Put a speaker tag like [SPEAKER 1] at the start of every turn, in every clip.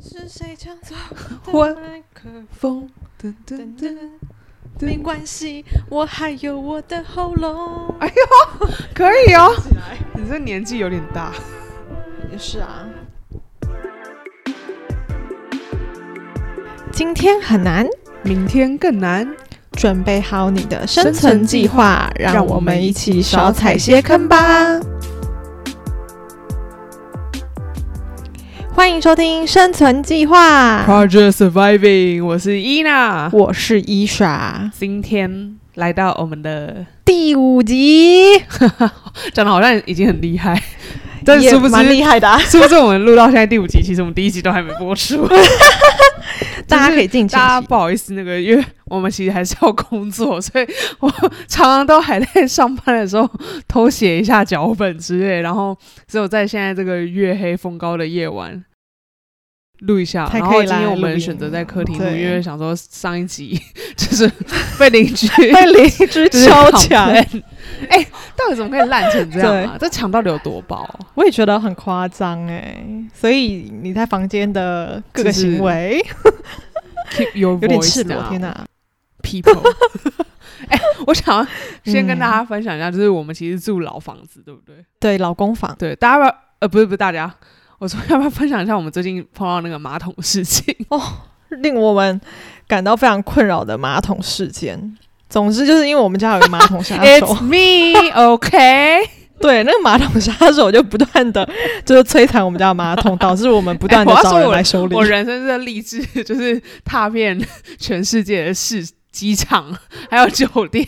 [SPEAKER 1] 是谁抢走我
[SPEAKER 2] 我
[SPEAKER 1] 的麦克
[SPEAKER 2] 风，噔
[SPEAKER 1] 噔
[SPEAKER 2] 噔噔，
[SPEAKER 1] 噔？
[SPEAKER 2] 噔
[SPEAKER 1] 没关系，我还有我的喉咙。
[SPEAKER 2] 哎呦，可以哦，
[SPEAKER 1] 起来，
[SPEAKER 2] 你这年纪有点大。
[SPEAKER 1] 也是啊。今天很难，
[SPEAKER 2] 明天更难，
[SPEAKER 1] 准备好你的生
[SPEAKER 2] 生
[SPEAKER 1] 存
[SPEAKER 2] 存
[SPEAKER 1] 计
[SPEAKER 2] 计
[SPEAKER 1] 划，让
[SPEAKER 2] 让
[SPEAKER 1] 我
[SPEAKER 2] 我
[SPEAKER 1] 们
[SPEAKER 2] 们
[SPEAKER 1] 一
[SPEAKER 2] 一
[SPEAKER 1] 起
[SPEAKER 2] 起
[SPEAKER 1] 少
[SPEAKER 2] 少
[SPEAKER 1] 踩
[SPEAKER 2] 踩
[SPEAKER 1] 些
[SPEAKER 2] 些
[SPEAKER 1] 坑
[SPEAKER 2] 坑
[SPEAKER 1] 吧。欢迎收听《生存计划》，
[SPEAKER 2] Project Surviving，我是伊娜，
[SPEAKER 1] 我是伊莎，
[SPEAKER 2] 今天来到我们的，
[SPEAKER 1] 第五集，
[SPEAKER 2] 讲的好像已经很厉害，但
[SPEAKER 1] 也
[SPEAKER 2] 殊不知
[SPEAKER 1] 蛮厉害的啊、
[SPEAKER 2] 是不是我们录到现在第五集，其实我们第一集都还没播出，
[SPEAKER 1] 大家可以敬请
[SPEAKER 2] 大家
[SPEAKER 1] 期。
[SPEAKER 2] 不好意思，那个因为我们其实还是要工作，所以我常常都还在上班的时候偷写一下脚本之类，然后只有在现在这个月黑风高的夜晚录一下。
[SPEAKER 1] 才
[SPEAKER 2] 然
[SPEAKER 1] 可
[SPEAKER 2] 后
[SPEAKER 1] 以
[SPEAKER 2] 今
[SPEAKER 1] 来
[SPEAKER 2] 天我
[SPEAKER 1] 录
[SPEAKER 2] 们
[SPEAKER 1] 音
[SPEAKER 2] 选择在客厅录，
[SPEAKER 1] 对
[SPEAKER 2] 因为想说上一集 就是被邻居
[SPEAKER 1] 被邻居
[SPEAKER 2] 就是
[SPEAKER 1] 敲墙，
[SPEAKER 2] complain 哎、到底怎么可以烂成这样啊？这墙到底有多薄？ 啊
[SPEAKER 1] 我也觉得很夸张哎。所以你在房间的各个
[SPEAKER 2] 就是
[SPEAKER 1] 行为
[SPEAKER 2] Keep your
[SPEAKER 1] 有点
[SPEAKER 2] voice
[SPEAKER 1] 赤裸，
[SPEAKER 2] down
[SPEAKER 1] 天哪！
[SPEAKER 2] people。哎、我想要先跟
[SPEAKER 1] 嗯
[SPEAKER 2] 大家分享一下，就是我们其实住老房子，对不对？
[SPEAKER 1] 对，老公房，
[SPEAKER 2] 对，大家要不要？呃，不是不是，大家，我说要不要分享一下我们最近碰到那个马桶 事情？
[SPEAKER 1] 令我们感到非常困扰的马桶事件。总之就是因为我们家有个马桶杀手
[SPEAKER 2] It's，me, OK？
[SPEAKER 1] 对，那个马桶杀手就不断的就是摧残我们家的马桶，导致我们 不断的
[SPEAKER 2] 哎我要
[SPEAKER 1] 找
[SPEAKER 2] 说
[SPEAKER 1] 人
[SPEAKER 2] 我
[SPEAKER 1] 来修理。
[SPEAKER 2] 我人生的励志就是踏遍全世界的市机场，还有酒店，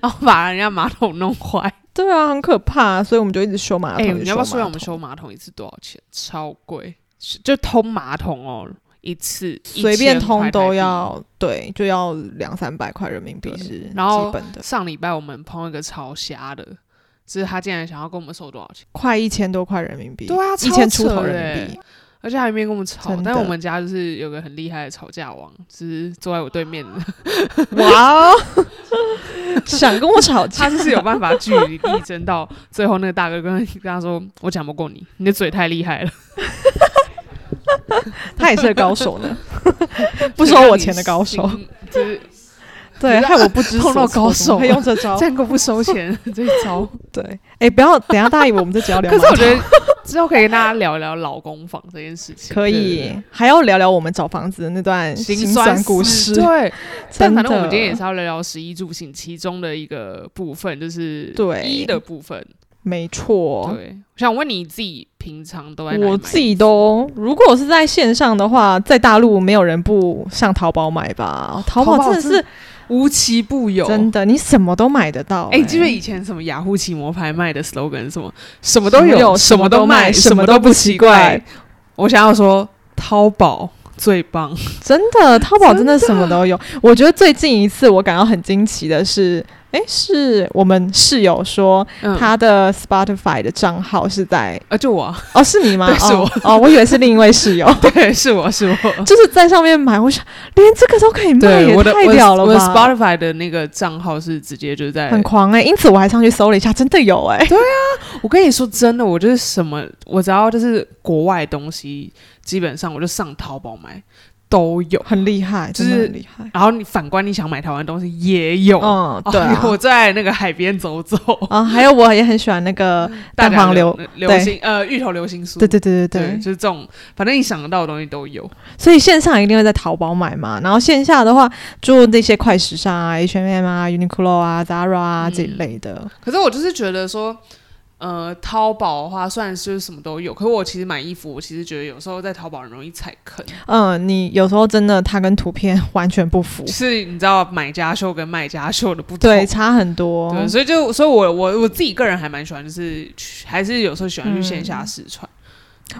[SPEAKER 2] 然后把人家马桶 弄坏。
[SPEAKER 1] 对啊，很可怕，所以我们就一直修马桶。
[SPEAKER 2] 哎、
[SPEAKER 1] 一直
[SPEAKER 2] 你要不要
[SPEAKER 1] 修
[SPEAKER 2] 说一下我
[SPEAKER 1] 马
[SPEAKER 2] 们
[SPEAKER 1] 桶
[SPEAKER 2] 修马桶一次多少钱？超贵，是就通马桶哦，一次
[SPEAKER 1] 随便
[SPEAKER 2] 1000
[SPEAKER 1] 通
[SPEAKER 2] 块
[SPEAKER 1] 都
[SPEAKER 2] 台币
[SPEAKER 1] 要对，就要两三百块人民币
[SPEAKER 2] 对
[SPEAKER 1] 是
[SPEAKER 2] 然后
[SPEAKER 1] 基本的，
[SPEAKER 2] 上礼拜我们碰到一个超瞎的，就是他竟然想要跟我们收多少钱？
[SPEAKER 1] 快一千多块人民币，
[SPEAKER 2] 啊
[SPEAKER 1] 一千出头人民币，，
[SPEAKER 2] 而且还没跟我们吵
[SPEAKER 1] 真。的
[SPEAKER 2] 但我们家就是有个很厉害的吵架王，就是坐在我 对面的，
[SPEAKER 1] 哇哦！ 想跟我吵
[SPEAKER 2] 他
[SPEAKER 1] 架，
[SPEAKER 2] 就是有办法据理力争到最后。那个大哥跟跟他说：“我讲不过你，你的嘴太厉害了，
[SPEAKER 1] 他也是个高手 呢， 不收我钱的高手，
[SPEAKER 2] 心， 就是
[SPEAKER 1] 对，害我不知所
[SPEAKER 2] 碰到
[SPEAKER 1] 措，
[SPEAKER 2] 高手
[SPEAKER 1] 可以用这招，
[SPEAKER 2] 站够不收钱这一招。”
[SPEAKER 1] 对，哎，不要，等一下大家以为我们这只要聊
[SPEAKER 2] 可
[SPEAKER 1] 马
[SPEAKER 2] 是
[SPEAKER 1] 桶，
[SPEAKER 2] 我觉得之后可以跟大家聊一聊老公房这件事情，
[SPEAKER 1] 可
[SPEAKER 2] 对。
[SPEAKER 1] 以，还要聊聊我们找房子的那段辛酸故事，
[SPEAKER 2] 对，啊但
[SPEAKER 1] 真
[SPEAKER 2] 反正我
[SPEAKER 1] 的
[SPEAKER 2] 们今天也是要聊聊十一住行其中的一个部分，就是
[SPEAKER 1] 对
[SPEAKER 2] 一的部分。
[SPEAKER 1] 没错，
[SPEAKER 2] 对，我想问你自己平常都在哪里
[SPEAKER 1] 我
[SPEAKER 2] 买
[SPEAKER 1] 自己都，如果是在线上的话，在大陆没有人不上淘宝买吧？淘宝
[SPEAKER 2] 哦淘
[SPEAKER 1] 真
[SPEAKER 2] 宝
[SPEAKER 1] 的是
[SPEAKER 2] 无奇不有，
[SPEAKER 1] 真的，你什么都买得到、
[SPEAKER 2] 哎、
[SPEAKER 1] 哎、
[SPEAKER 2] 记得以前什么雅虎奇摩拍卖的 slogan 是什么什么都
[SPEAKER 1] 什么有
[SPEAKER 2] 什么
[SPEAKER 1] 什么都
[SPEAKER 2] 卖，
[SPEAKER 1] 卖
[SPEAKER 2] 什
[SPEAKER 1] 什么
[SPEAKER 2] 都
[SPEAKER 1] 都
[SPEAKER 2] 不
[SPEAKER 1] 不
[SPEAKER 2] 奇
[SPEAKER 1] 奇怪
[SPEAKER 2] 怪。我想要说，淘宝最 棒，
[SPEAKER 1] 真的，淘宝真的什么都有。我觉得最近一次我感到很惊奇的是，哎、是我们室友说
[SPEAKER 2] 嗯，
[SPEAKER 1] 他的 Spotify 的账号是在、
[SPEAKER 2] 呃，就我啊，
[SPEAKER 1] 哦，是你吗？
[SPEAKER 2] 对是
[SPEAKER 1] 哦哦，我以为是另一位 室友，
[SPEAKER 2] 对，是我是我，
[SPEAKER 1] 就是在上面买，我想连这个都可以卖，
[SPEAKER 2] 对，
[SPEAKER 1] 也
[SPEAKER 2] 我的
[SPEAKER 1] 太
[SPEAKER 2] 我的
[SPEAKER 1] 屌了
[SPEAKER 2] 我的
[SPEAKER 1] 吧！
[SPEAKER 2] Spotify 的那个账号是直接就是在
[SPEAKER 1] 很狂哎、因此我还上去搜了一下，真的有哎、
[SPEAKER 2] 我跟你说真的，我就是什么，我只要就是国外东西，基本上我就上淘宝买都有。
[SPEAKER 1] 很厉害，真的
[SPEAKER 2] 啊就是
[SPEAKER 1] 很厉害。
[SPEAKER 2] 然后你反观你想买台湾东西也有，
[SPEAKER 1] 嗯，
[SPEAKER 2] 哦
[SPEAKER 1] 对啊、
[SPEAKER 2] 我在那个海边 走走，
[SPEAKER 1] 啊，还有我也很喜欢那个，
[SPEAKER 2] 大
[SPEAKER 1] 蛋黄
[SPEAKER 2] 甲
[SPEAKER 1] 流
[SPEAKER 2] 流星呃芋头流星酥，
[SPEAKER 1] 对对对对
[SPEAKER 2] 对，
[SPEAKER 1] 对，
[SPEAKER 2] 就是这种，反正你想得到的东西都有。
[SPEAKER 1] 所以线上一定会在淘宝买嘛，然后线下的话就那些快时尚啊、H&M 啊、Uniqlo 啊、Zara 啊、
[SPEAKER 2] 嗯
[SPEAKER 1] 这一类的，
[SPEAKER 2] 可是我就是觉得说，呃，淘宝的话虽然就是什么都有，可是我其实买衣服，我其实觉得有时候在淘宝很容易踩坑，
[SPEAKER 1] 嗯，你有时候真的它跟图片完全不符，
[SPEAKER 2] 是你知道买家秀跟卖家秀的不同。
[SPEAKER 1] 对，差很多，
[SPEAKER 2] 对，所以就所以我，我我自己个人还蛮喜欢，就是去还是有时候喜欢去线下
[SPEAKER 1] 嗯
[SPEAKER 2] 试穿。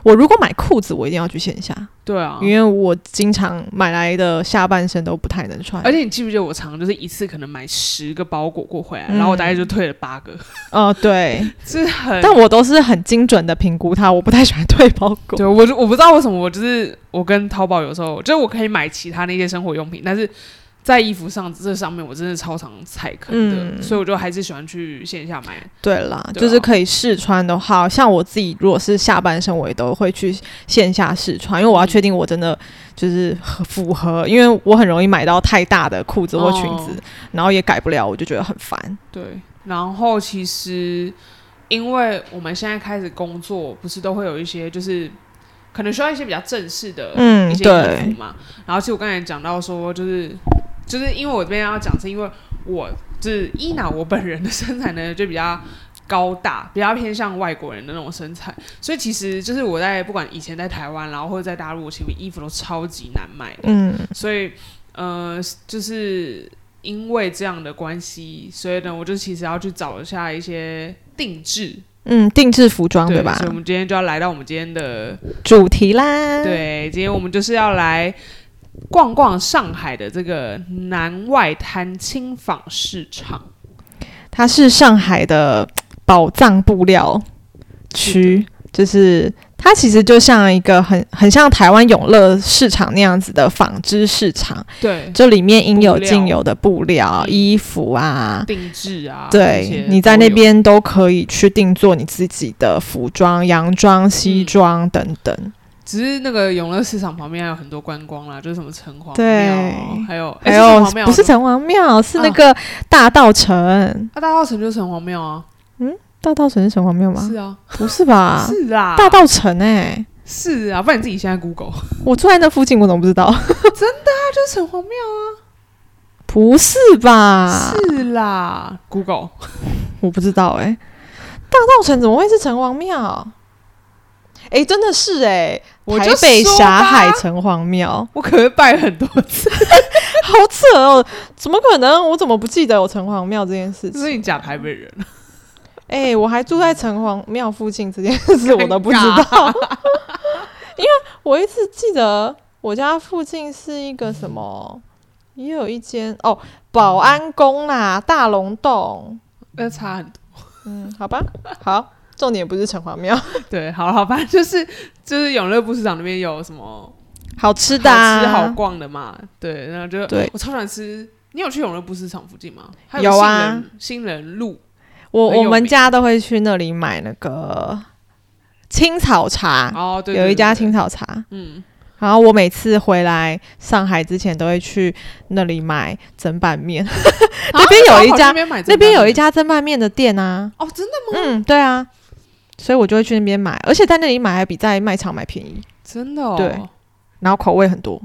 [SPEAKER 1] 我如果买裤子，我一定要去线下，
[SPEAKER 2] 对啊，
[SPEAKER 1] 因为我经常买来的下半身都不太能穿，
[SPEAKER 2] 而且你记不记得我常就是一次可能买十个包裹过回来，
[SPEAKER 1] 嗯
[SPEAKER 2] 然后我大概就退了 八个，
[SPEAKER 1] 呃，对，
[SPEAKER 2] 是很。
[SPEAKER 1] 但我都是很精准的评估它，我不太喜欢退包裹，
[SPEAKER 2] 对我就我不知道为什么我就是我跟淘宝有时候就是我可以买其他那些生活用品，但是在衣服上这上面，我真的超常踩坑的，
[SPEAKER 1] 嗯
[SPEAKER 2] 所以我就还是喜欢去线下买。
[SPEAKER 1] 对啦，
[SPEAKER 2] 对啊
[SPEAKER 1] 就是可以试穿的话，像我自己如果是下半身，我也都会去线下试穿，因为我要确定我真的就是合符合，因为我很容易买到太大的裤子或裙子，
[SPEAKER 2] 哦
[SPEAKER 1] 然后也改不了，我就觉得很烦。
[SPEAKER 2] 对，然后其实因为我们现在开始工作，不是都会有一些就是可能需要一些比较正式的
[SPEAKER 1] 嗯
[SPEAKER 2] 一些衣服嘛。然后其实我刚才讲到说，就是就是因为我这边要讲，是因为我就是伊娜我本人的身材呢就比较。高大比较偏向外国人的那种身材，所以其实就是我在不管以前在台湾，然后或者在大陆，我其实衣服都超级难买的。
[SPEAKER 1] 嗯，
[SPEAKER 2] 所以呃，就是因为这样的关系，所以呢，我就其实要去找一下一些定制，
[SPEAKER 1] 嗯，定制服装对
[SPEAKER 2] 对
[SPEAKER 1] 吧嗯
[SPEAKER 2] 所以？我们今天就要来到我们今天的，
[SPEAKER 1] 主题啦，，
[SPEAKER 2] 对，今天我们就是要来。逛逛上海的这个南外滩轻纺市场，
[SPEAKER 1] 它是上海的宝藏布料区，就是它其实就像一个很很像台湾永乐市场那样子的纺织市场，
[SPEAKER 2] 对，
[SPEAKER 1] 这里面应有
[SPEAKER 2] 布料
[SPEAKER 1] 尽有的布料、
[SPEAKER 2] 嗯
[SPEAKER 1] 衣服啊。
[SPEAKER 2] 定制啊，这些
[SPEAKER 1] 对，你在
[SPEAKER 2] 都
[SPEAKER 1] 那
[SPEAKER 2] 有，
[SPEAKER 1] 边都可以去定做你自己的服装、洋装、
[SPEAKER 2] 嗯
[SPEAKER 1] 西装等等。
[SPEAKER 2] 只是那个永乐市场旁边还有很多观光啦，就是什么城隍
[SPEAKER 1] 对
[SPEAKER 2] 庙，还有
[SPEAKER 1] 还
[SPEAKER 2] 哎
[SPEAKER 1] 有
[SPEAKER 2] 城隍，庙
[SPEAKER 1] 不是城隍庙，是那个大道城。
[SPEAKER 2] 啊，大稻城就是城隍庙啊，
[SPEAKER 1] 大道城是城隍庙吗
[SPEAKER 2] 是？啊，
[SPEAKER 1] 不是吧？
[SPEAKER 2] 是啊，
[SPEAKER 1] 大道城哎、
[SPEAKER 2] 是啊，不然你自己现在 Google，
[SPEAKER 1] 我住在那附近，我怎么不知 道？
[SPEAKER 2] 它就是城隍庙
[SPEAKER 1] 不是吧？
[SPEAKER 2] 是啦，Google
[SPEAKER 1] 我不知道哎、大道城怎么会是城隍庙？哎、真的是哎、
[SPEAKER 2] 我
[SPEAKER 1] 台
[SPEAKER 2] 就
[SPEAKER 1] 北
[SPEAKER 2] 说
[SPEAKER 1] 霞海
[SPEAKER 2] 吧
[SPEAKER 1] 城隍庙，
[SPEAKER 2] 我可是拜很多次，
[SPEAKER 1] 好扯哦！怎么可能？我怎么不记得有城隍庙这件事
[SPEAKER 2] 就
[SPEAKER 1] 情？
[SPEAKER 2] 是你假台北 人，
[SPEAKER 1] 哎、我还住在城隍庙附近这件事，我都不知
[SPEAKER 2] 尴
[SPEAKER 1] 道，因为 我一直记得我家附近是一个什么，也有一间哦，保安宫啦，大龙洞。
[SPEAKER 2] 那差很多。
[SPEAKER 1] 嗯，好吧，好，重点不是城隍庙，
[SPEAKER 2] 对，好了，好反正就是就是永乐部市场那边有什么
[SPEAKER 1] 好吃
[SPEAKER 2] 好
[SPEAKER 1] 的、啊，
[SPEAKER 2] 吃好逛的嘛，对，然后就
[SPEAKER 1] 对
[SPEAKER 2] 我超喜欢吃。你有去永乐部市场附近吗？还
[SPEAKER 1] 有
[SPEAKER 2] 新
[SPEAKER 1] 啊
[SPEAKER 2] 人，新人路
[SPEAKER 1] 我
[SPEAKER 2] 很有
[SPEAKER 1] 我们
[SPEAKER 2] 名
[SPEAKER 1] 家都会去那里买那个青草茶，
[SPEAKER 2] 哦，对，
[SPEAKER 1] 有一家青
[SPEAKER 2] 青，
[SPEAKER 1] 草茶。
[SPEAKER 2] 嗯，
[SPEAKER 1] 然后我每次回来上海之前，都会去那里买整板面。
[SPEAKER 2] 哦
[SPEAKER 1] 那边有一家
[SPEAKER 2] 啊那边买
[SPEAKER 1] 那边有一
[SPEAKER 2] 家
[SPEAKER 1] 家蒸拌面的店啊，
[SPEAKER 2] 哦，真的
[SPEAKER 1] 嗯，对啊，所以我就会去那边买，而且在那里买还比在卖场买便宜，
[SPEAKER 2] 真的哦，
[SPEAKER 1] 对然后口味很多。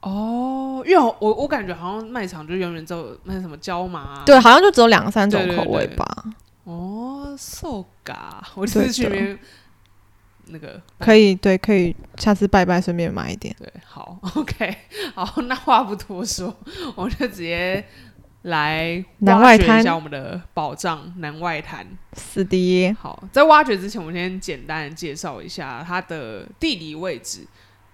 [SPEAKER 2] 哦，因为我我我感觉好像卖场就永远只有那什么椒麻啊，
[SPEAKER 1] 对，好像就只有两三种
[SPEAKER 2] 对对
[SPEAKER 1] 口味
[SPEAKER 2] 对
[SPEAKER 1] 吧。
[SPEAKER 2] 哦，瘦嘎，我就是去那
[SPEAKER 1] 对的
[SPEAKER 2] 边那个
[SPEAKER 1] 可以，对，可以，下次拜拜顺便买一点。
[SPEAKER 2] 对，好，OK，好，那话不多说，我们就直接来
[SPEAKER 1] 南
[SPEAKER 2] 挖
[SPEAKER 1] 外
[SPEAKER 2] 掘
[SPEAKER 1] 滩
[SPEAKER 2] 一下我们的宝藏南外滩。
[SPEAKER 1] 是的，
[SPEAKER 2] 好，在挖掘之前，我们先简单地介绍一下它的地理位置，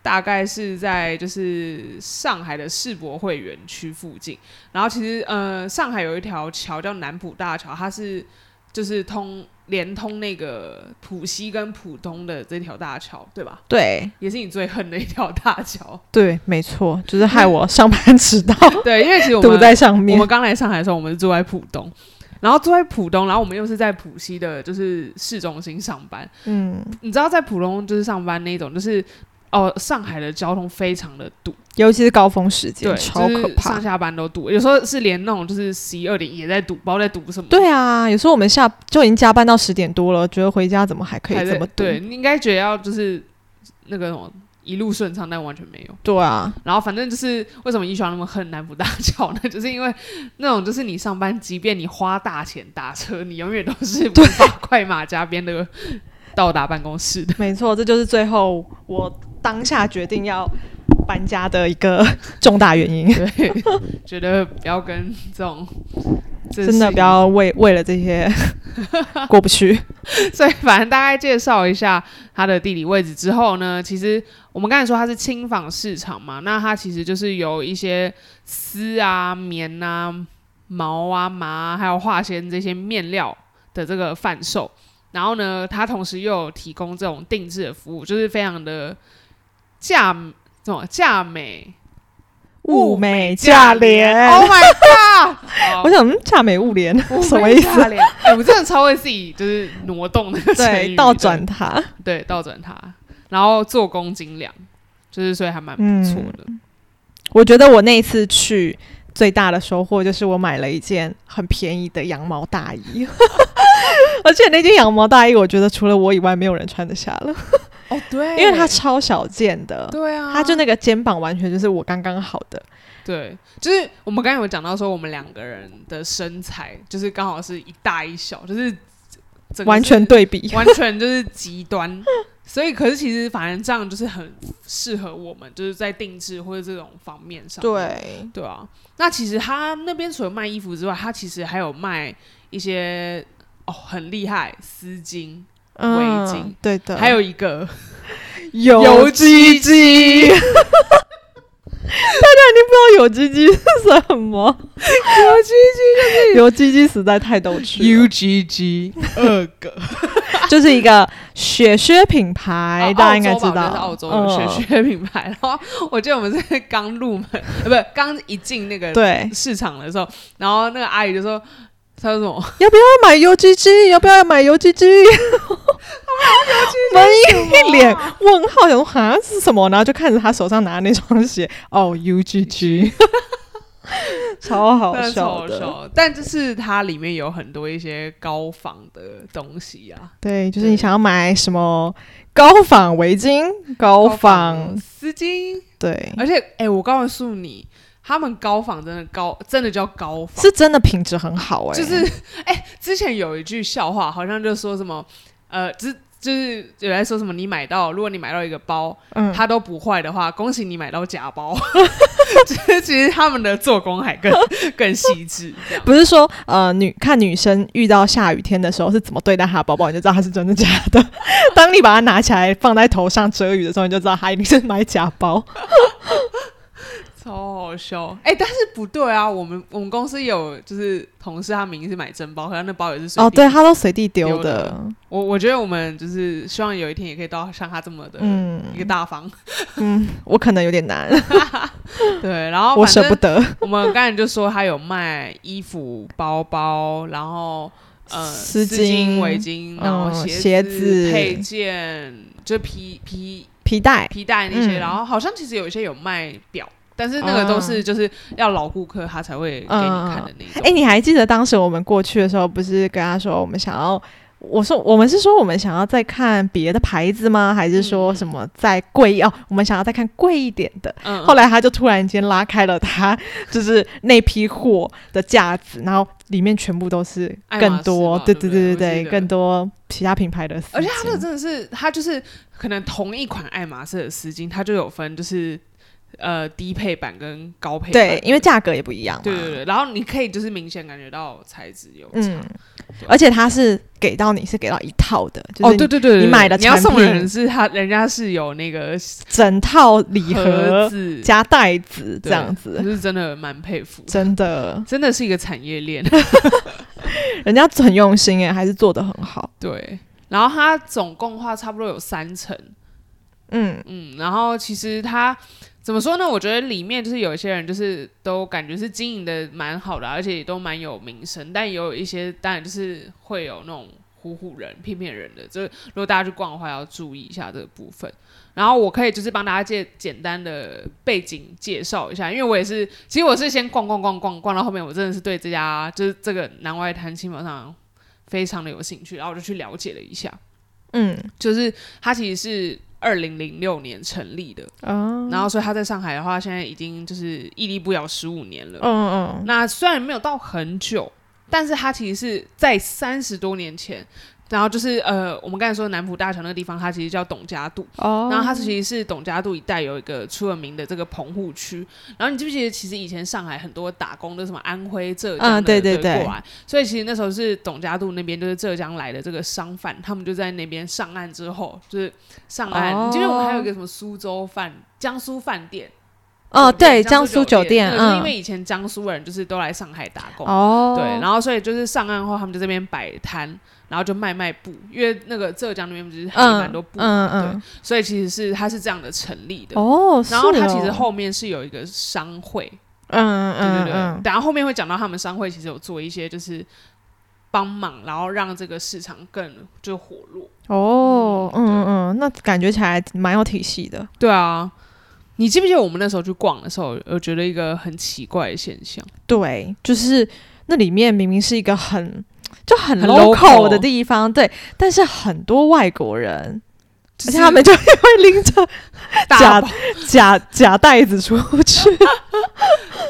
[SPEAKER 2] 大概是在就是上海的世博会园区附近。然后其实呃，上海有一条桥叫南浦大桥，它是就是通连通那个浦西跟浦东的这条大桥，对 吧？
[SPEAKER 1] 对
[SPEAKER 2] 也是你最恨的一条大桥。
[SPEAKER 1] 对，没错，就是害我上班迟到，
[SPEAKER 2] 对，因为其 实我
[SPEAKER 1] 堵
[SPEAKER 2] 们
[SPEAKER 1] 在上
[SPEAKER 2] 我
[SPEAKER 1] 面
[SPEAKER 2] 们。刚来上海的时候，我们是住在浦东。然后住在浦东，然后我们又是在浦西的，就是市中心上班。
[SPEAKER 1] 嗯，
[SPEAKER 2] 你知道在浦东就是上班那种，就是哦，上海的交通非常的堵，
[SPEAKER 1] 尤其是高峰时间
[SPEAKER 2] 对，，
[SPEAKER 1] 超
[SPEAKER 2] 就
[SPEAKER 1] 可
[SPEAKER 2] 是
[SPEAKER 1] 怕
[SPEAKER 2] 上。下班都堵，有时候是连那种就是十一二点也在堵，不知道在堵什么。
[SPEAKER 1] 对啊，有时候我们下就已经加班到十点多了，觉得回家怎么还可
[SPEAKER 2] 还
[SPEAKER 1] 以
[SPEAKER 2] 在，
[SPEAKER 1] 这么堵
[SPEAKER 2] 对，你应该觉得要就是那个什么一路顺畅，但完全没有。
[SPEAKER 1] 对啊，
[SPEAKER 2] 然后反正就是为什么一雄那么恨南浦大桥呢？就是因为那种就是你上班，即便你花大钱打车，你永远都是无法快马加鞭的到达办公室的。
[SPEAKER 1] 没错，这就是最后我当下决定要搬家的一个重大原因。
[SPEAKER 2] 对， 觉得不要跟这种这
[SPEAKER 1] 真的
[SPEAKER 2] 是
[SPEAKER 1] 不要为为了这些过不去。
[SPEAKER 2] 所以反正大概介绍一下它的地理位置之后呢，其实我们刚才说它是轻纺市场嘛，那它其实就是有一些丝啊、棉啊、毛啊、麻啊还有化纤这些面料的这个贩售。然后呢，它同时又有提供这种定制的服务，就是非常的价这种价美
[SPEAKER 1] 物美价廉。
[SPEAKER 2] Oh my god！
[SPEAKER 1] 我想，嗯，价美物廉
[SPEAKER 2] 好
[SPEAKER 1] 什么意？
[SPEAKER 2] 物
[SPEAKER 1] 思
[SPEAKER 2] 美？价廉哎，我真的超会自己就是挪动那个成语
[SPEAKER 1] 对，
[SPEAKER 2] 的
[SPEAKER 1] 倒转，它。
[SPEAKER 2] 对，倒转它，然后做工精良，就是所以还蛮不错的。
[SPEAKER 1] 我觉得我那一次去最大的收获就是我买了一件很便宜的羊毛大衣， 而且那件羊毛大衣我觉得除了我以外没有人穿得下了，
[SPEAKER 2] 哦，对
[SPEAKER 1] 因为它超小件的，
[SPEAKER 2] 对啊，
[SPEAKER 1] 它就那个肩膀完全就是我刚刚好的。
[SPEAKER 2] 对，就是我们刚才有讲到说，我们两个人的身材就是刚好是一大一小，就是整个是
[SPEAKER 1] 完全对比，
[SPEAKER 2] 完全就是极端。所以，可是其实反正这样就是很适合我们，就是在定制或者这种方面上。，
[SPEAKER 1] 对，
[SPEAKER 2] 对啊。那其实他那边除了卖衣服之外，他其实还有卖一些哦很厉害丝巾，围巾
[SPEAKER 1] 嗯对的，
[SPEAKER 2] 还有一个
[SPEAKER 1] 有
[SPEAKER 2] 油
[SPEAKER 1] 鸡 鸡。大家已经不知道有鸡鸡是什么，
[SPEAKER 2] 油鸡
[SPEAKER 1] 有鸡鸡实在太逗趣了。
[SPEAKER 2] U G G 二个，
[SPEAKER 1] 就是一个雪靴品牌，
[SPEAKER 2] 哦
[SPEAKER 1] 哎大家应该知
[SPEAKER 2] 澳洲吧
[SPEAKER 1] 道，
[SPEAKER 2] 我觉得是澳洲
[SPEAKER 1] 嗯
[SPEAKER 2] 有雪靴品牌。然后我记得我们是刚入门，呃，不是刚一进 那个
[SPEAKER 1] 嗯对，
[SPEAKER 2] 市场的时候，然后那个阿姨就说。她说什么？
[SPEAKER 1] 要不要买油鸡鸡？要不要买油鸡 鸡？我们一脸问号，想说哈是什么？然后就看着他手上拿的那双鞋，哦，U G G，超好
[SPEAKER 2] 真的超
[SPEAKER 1] 笑
[SPEAKER 2] 好
[SPEAKER 1] 的。
[SPEAKER 2] 笑，但就是它里面有很多一些高仿的东西啊，
[SPEAKER 1] 对，就是你想要买什么高仿围巾、高仿
[SPEAKER 2] 丝巾，
[SPEAKER 1] 对，
[SPEAKER 2] 而且哎、我告诉你，他们高仿真的高，真的叫高仿，
[SPEAKER 1] 是真的品质很好哎、
[SPEAKER 2] 就是 哎、之前有一句笑话，好像就说什么，呃，只就是有在说什么，你买到，如果你买到一个包，
[SPEAKER 1] 嗯，
[SPEAKER 2] 它都不坏的话，恭喜你买到假包。 就是其实他们的做工还 更更细致，这样
[SPEAKER 1] 不是说呃女看女生遇到下雨天的时候是怎么对待她的包包，你就知道她是真的假 的。当你把它拿起来放在头上遮雨的时候，你就知道她一定是买假包。
[SPEAKER 2] 超好笑。哎、但是不对啊，我们我们公司有就是同事，他明明是买真包，可是那包也是随
[SPEAKER 1] 哦，
[SPEAKER 2] 地
[SPEAKER 1] 对，她都随地丢
[SPEAKER 2] 丢
[SPEAKER 1] 的
[SPEAKER 2] 的。我我觉得我们就是希望有一天也可以到像他这么的
[SPEAKER 1] 嗯
[SPEAKER 2] 一个大方。
[SPEAKER 1] 嗯，我可能有点难，
[SPEAKER 2] 对，然后
[SPEAKER 1] 我
[SPEAKER 2] 哦反
[SPEAKER 1] 舍
[SPEAKER 2] 正
[SPEAKER 1] 不得。
[SPEAKER 2] 我们刚才就说他有卖衣服、包包，然后呃
[SPEAKER 1] 丝
[SPEAKER 2] 丝巾、
[SPEAKER 1] 巾
[SPEAKER 2] 围巾，然后
[SPEAKER 1] 嗯鞋
[SPEAKER 2] 鞋子、
[SPEAKER 1] 子
[SPEAKER 2] 配件，就皮皮
[SPEAKER 1] 皮带，
[SPEAKER 2] 皮带那些，
[SPEAKER 1] 嗯
[SPEAKER 2] 然后好像其实有一些有卖表，但是那个都
[SPEAKER 1] 哦
[SPEAKER 2] 是就是要老顾客他才会给你看的那种。
[SPEAKER 1] 哎、你还记得当时我们过去的时候，不是跟他说我们想要？我说我们是说我们想要再看别的牌子吗？还是说什么再贵一哦？我们想要再看贵一点的。
[SPEAKER 2] 嗯，
[SPEAKER 1] 后来他就突然间拉开了他就是那批货的架子，然后里面全部都是
[SPEAKER 2] 爱马
[SPEAKER 1] 更
[SPEAKER 2] 仕
[SPEAKER 1] 多，
[SPEAKER 2] 嘛
[SPEAKER 1] 对
[SPEAKER 2] 对不对
[SPEAKER 1] 对
[SPEAKER 2] 我记
[SPEAKER 1] 对，
[SPEAKER 2] 得
[SPEAKER 1] 更多其他品牌的丝巾，
[SPEAKER 2] 而且它这个真的是，它就是可能同一款爱马仕的丝巾，它就有分就是呃低配版跟高配版，
[SPEAKER 1] 对，因为价格也不一样嘛，啊
[SPEAKER 2] 对对对，然后你可以就是明显感觉到材质有差。
[SPEAKER 1] 嗯，而且它是给到你是给到一套的，就是
[SPEAKER 2] 哦，对对对对，
[SPEAKER 1] 你买的
[SPEAKER 2] 你要
[SPEAKER 1] 产
[SPEAKER 2] 送
[SPEAKER 1] 品
[SPEAKER 2] 人是他，人家是有那个
[SPEAKER 1] 整套礼盒
[SPEAKER 2] 子，
[SPEAKER 1] 加袋子这
[SPEAKER 2] 对
[SPEAKER 1] 样
[SPEAKER 2] 就
[SPEAKER 1] 子，
[SPEAKER 2] 是真的蛮佩服，
[SPEAKER 1] 真的，
[SPEAKER 2] 真的是一个产业链。
[SPEAKER 1] 人家很用心哎，还是做的很好，
[SPEAKER 2] 对，然后它总共的话差不多有三层，
[SPEAKER 1] 嗯，
[SPEAKER 2] 嗯，然后其实它怎么说呢？我觉得里面就是有一些人就是都感觉是经营的蛮好的啊、而且也都蛮有名声，但也有一些当然就是会有那种唬唬人、骗骗人的。这如果大家去逛的话，要注意一下这个部分。然后我可以就是帮大家介简单的背景介绍一下，因为我也是，其实我是先逛逛逛逛逛到后面，我真的是对这家就是这个南外滩青宝上非常的有兴趣，然后我就去了解了一下。
[SPEAKER 1] 嗯，
[SPEAKER 2] 就是它其实是二零零六年成立的，
[SPEAKER 1] 哦，
[SPEAKER 2] 然后所以它在上海的话，现在已经就是屹立不摇十五年了。
[SPEAKER 1] 嗯嗯
[SPEAKER 2] 那虽然没有到很久，但是它其实是在三十多年前，然后就是呃，我们刚才说南浦大桥那个地方，它其实叫董家渡。
[SPEAKER 1] 哦，
[SPEAKER 2] 然后它其实是董家渡一带有一个出了名的这个棚户区。然后你记不记得，其实以前上海很多打工的什么安徽、浙江的、
[SPEAKER 1] 嗯对对对
[SPEAKER 2] 过来，所以其实那时候是董家渡那边就是浙江来的这个商贩，他们就在那边上岸之后，就是上岸。
[SPEAKER 1] 哦
[SPEAKER 2] 你记不记得我们还有一个什么苏州饭、江苏饭店？
[SPEAKER 1] 哦，对，江
[SPEAKER 2] 江
[SPEAKER 1] 苏
[SPEAKER 2] 酒
[SPEAKER 1] 酒店，
[SPEAKER 2] 对就是
[SPEAKER 1] 嗯，
[SPEAKER 2] 因为以前江苏人就是都来上海打工，
[SPEAKER 1] 哦，
[SPEAKER 2] 对，然后所以就是上岸后，他们就这边摆摊，然后就卖卖布，因为那个浙江那边不是还有蛮多布，
[SPEAKER 1] 嗯
[SPEAKER 2] 对
[SPEAKER 1] 嗯，
[SPEAKER 2] 所以其实是它是这样的成立的。
[SPEAKER 1] 哦，
[SPEAKER 2] 然后它
[SPEAKER 1] 是
[SPEAKER 2] 其实
[SPEAKER 1] 哦，
[SPEAKER 2] 后面是有一个商会，
[SPEAKER 1] 嗯
[SPEAKER 2] 对对
[SPEAKER 1] 嗯
[SPEAKER 2] 对，
[SPEAKER 1] 嗯，
[SPEAKER 2] 等下后面会讲到他们商会其实有做一些就是帮忙，然后让这个市场更就活络。
[SPEAKER 1] 哦，嗯嗯嗯，那感觉起来蛮有体系的，
[SPEAKER 2] 对啊，你记不记得我们那时候去逛的时候，有觉得一个很奇怪的现象？
[SPEAKER 1] 对，就是那里面明明是一个很就很
[SPEAKER 2] 很
[SPEAKER 1] local
[SPEAKER 2] local
[SPEAKER 1] 的地方，对，但是很多外国人，
[SPEAKER 2] 就
[SPEAKER 1] 而且
[SPEAKER 2] 是
[SPEAKER 1] 他们就 会拎着
[SPEAKER 2] 大
[SPEAKER 1] 假
[SPEAKER 2] 包，
[SPEAKER 1] 假假袋子出去，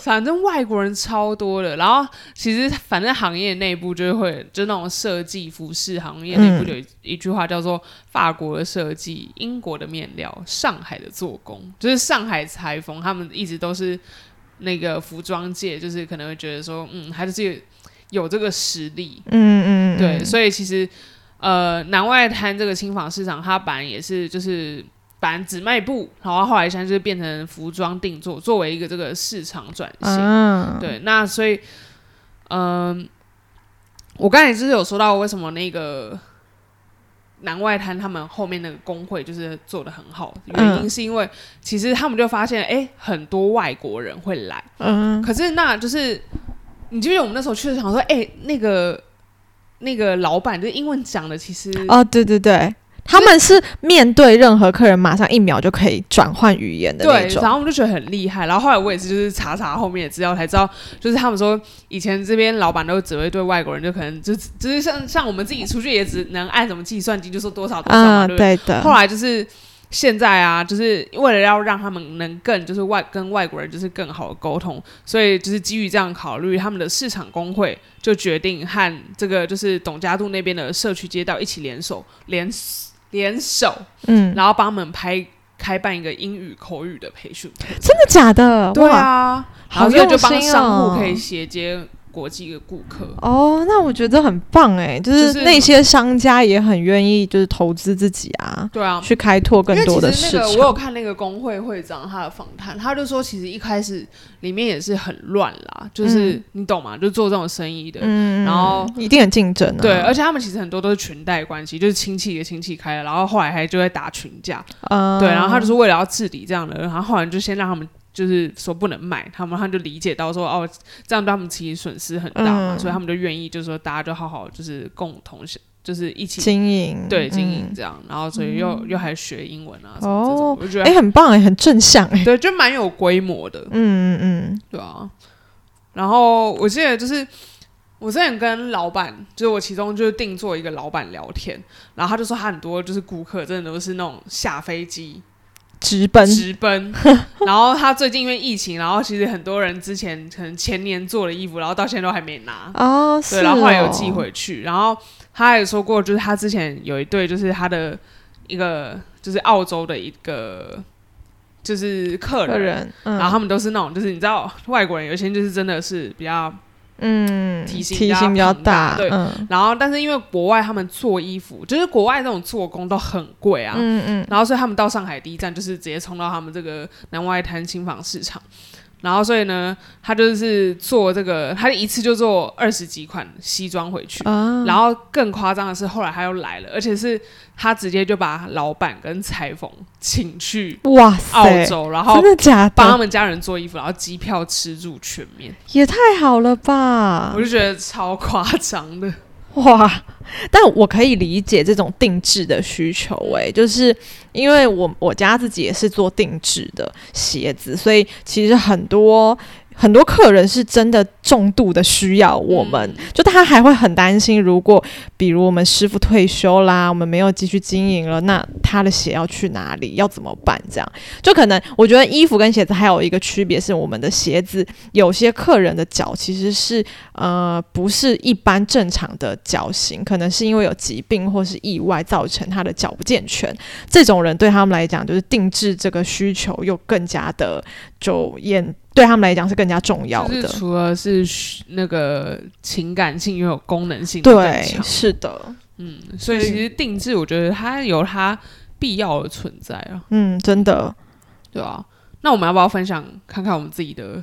[SPEAKER 2] 反正外国人超多的。然后其实反正行业内部就会就那种设计服饰行业内部
[SPEAKER 1] 嗯
[SPEAKER 2] 有一一句话叫做“法国的设计，英国的面料，上海的做工”，就是上海裁缝他们一直都是那个服装界，就是可能会觉得说，嗯，还是有有这个实力，
[SPEAKER 1] 嗯嗯，嗯
[SPEAKER 2] 对，，所以其实呃，南外滩这个轻纺市场，它本来也是就是本来只卖布，然后后来现在就是变成服装定做，作为一个这个市场转型。
[SPEAKER 1] 嗯，
[SPEAKER 2] 对，那所以嗯、我刚才就是有说到为什么那个。南外滩他们后面那个工会就是做的很好，原因是因为其实他们就发现，哎、很多外国人会来，
[SPEAKER 1] 嗯，
[SPEAKER 2] 可是那就是，你记不记得我们那时候去的时候想说，哎、那个那个老板就是英文讲的，其实、
[SPEAKER 1] 哦，对对对。他们是面对任何客人，马上一秒就可以转换语言的那
[SPEAKER 2] 对，
[SPEAKER 1] 种
[SPEAKER 2] 然。后我们就觉得很厉害。然后后来我也是就是查查后面的资料才知道，就是他们说以前这边老板都只会对外国人，就可能就只就是像像我们自己出去也只能按什么计算机就说多少多少
[SPEAKER 1] 嗯，
[SPEAKER 2] 嘛，对不对？
[SPEAKER 1] 对的。
[SPEAKER 2] 后来就是。现在啊，就是为了要让他们能更就是外跟外国人就是更好的沟通，所以就是基于这样考虑，他们的市场工会就决定和这个就是董家渡那边的社区街道一起联手联联手，
[SPEAKER 1] 嗯，
[SPEAKER 2] 然后帮他们拍开办一个英语口语的培训。
[SPEAKER 1] 真的假的？
[SPEAKER 2] 对
[SPEAKER 1] 哇，
[SPEAKER 2] 啊，然
[SPEAKER 1] 好
[SPEAKER 2] 后所以
[SPEAKER 1] 用
[SPEAKER 2] 就帮
[SPEAKER 1] 心
[SPEAKER 2] 商户
[SPEAKER 1] 哦
[SPEAKER 2] 可。以衔接国际的顾客。
[SPEAKER 1] 哦，那我觉得很棒哎，就是
[SPEAKER 2] 就是
[SPEAKER 1] 那些商家也很愿意就是投资自己啊，
[SPEAKER 2] 对啊，
[SPEAKER 1] 去开拓更
[SPEAKER 2] 因为
[SPEAKER 1] 多的
[SPEAKER 2] 其
[SPEAKER 1] 市
[SPEAKER 2] 实那个
[SPEAKER 1] 场。
[SPEAKER 2] 我有看那个工会会长他的访谈，他就说其实一开始里面也是很乱啦，就是、
[SPEAKER 1] 嗯
[SPEAKER 2] 你懂吗？就做这种生意的。
[SPEAKER 1] 嗯
[SPEAKER 2] 然后
[SPEAKER 1] 一定很竞争啊。
[SPEAKER 2] 对，而且他们其实很多都是裙带关系，就是亲戚的亲戚开的，然后后来还就会打群架，
[SPEAKER 1] 嗯，
[SPEAKER 2] 对，然后他就是为了要治理这样的，然后后来就先让他们就是说不能卖，他们他就理解到说哦，这样对他们其实损失很大嘛，
[SPEAKER 1] 嗯
[SPEAKER 2] 所以他们就愿意就是说大家就好好就是共同就是一起
[SPEAKER 1] 经营，
[SPEAKER 2] 对经营
[SPEAKER 1] 嗯，
[SPEAKER 2] 这样，然后所以又、又还学英文啊什么这种，
[SPEAKER 1] 哦
[SPEAKER 2] 我就觉得
[SPEAKER 1] 哎，很棒哎，很正向哎。
[SPEAKER 2] 对，就蛮有规模的，
[SPEAKER 1] 嗯嗯
[SPEAKER 2] 对啊。然后我记得就是我之前跟老板，就是我其中就是定做一个老板聊天，然后他就说他很多就是顾客真的都是那种下飞机
[SPEAKER 1] 嗯，直奔
[SPEAKER 2] 直 奔，然后他最近因为疫情，然后其实很多人之前可能前年做的衣服，然后到现在都还没拿，
[SPEAKER 1] 哦，是
[SPEAKER 2] 对，然后后来有
[SPEAKER 1] 哦
[SPEAKER 2] 寄回去，然后他也说过，就是他之前有一对，就是他的一个就是澳洲的一个就是客人，
[SPEAKER 1] 客人，嗯
[SPEAKER 2] 然后他们都是那种就是你知道外国人有些人就是真的是比较，
[SPEAKER 1] 嗯，
[SPEAKER 2] 体型
[SPEAKER 1] 体
[SPEAKER 2] 比较
[SPEAKER 1] 型比较
[SPEAKER 2] 庞大
[SPEAKER 1] 大，
[SPEAKER 2] 对啊
[SPEAKER 1] 嗯
[SPEAKER 2] 然后但是因为国外他们做衣服，就是国外那种做工都很贵啊，
[SPEAKER 1] 嗯嗯，
[SPEAKER 2] 然后所以他们到上海第一站就是直接冲到他们这个南外滩新房市场，然后所以呢，他就是做这个，他一次就做二十几款西装回去。
[SPEAKER 1] 啊，
[SPEAKER 2] 然后更夸张的是，后来他又来了，而且是他直接就把老板跟裁缝请去
[SPEAKER 1] 哇
[SPEAKER 2] 澳
[SPEAKER 1] 塞，
[SPEAKER 2] 洲，然后
[SPEAKER 1] 真的假
[SPEAKER 2] 帮他
[SPEAKER 1] 的？
[SPEAKER 2] 们家人做衣服，然后机票吃住全面，
[SPEAKER 1] 也太好了吧
[SPEAKER 2] 我！就觉得超夸张的。
[SPEAKER 1] 哇，但我可以理解这种定制的需求、诶，就是因为我我家自己也是做定制的鞋子，所以其实很多很多客人是真的重度的需要 我们，
[SPEAKER 2] 嗯
[SPEAKER 1] 就他还会很担心，如果比如我们师傅退休啦，我们没有继续经营了，那他的鞋要去哪里，要怎么办？这样就可能我觉得衣服跟鞋子还有一个区别是，我们的鞋子有些客人的脚其实是呃，不是一般正常的脚型，可能是因为有疾病或是意外造成他的脚不健全。这种人对他们来讲，就是定制这个需求又更加的就也对他们来讲是更加重要
[SPEAKER 2] 就是
[SPEAKER 1] 的。
[SPEAKER 2] 除了是那个情感性，又有功能性，
[SPEAKER 1] 对，是的，
[SPEAKER 2] 嗯，所以其实定制，我觉得它有它必要的存在啊，
[SPEAKER 1] 嗯，真的，
[SPEAKER 2] 对啊。那我们要不要分享看看我们自己的，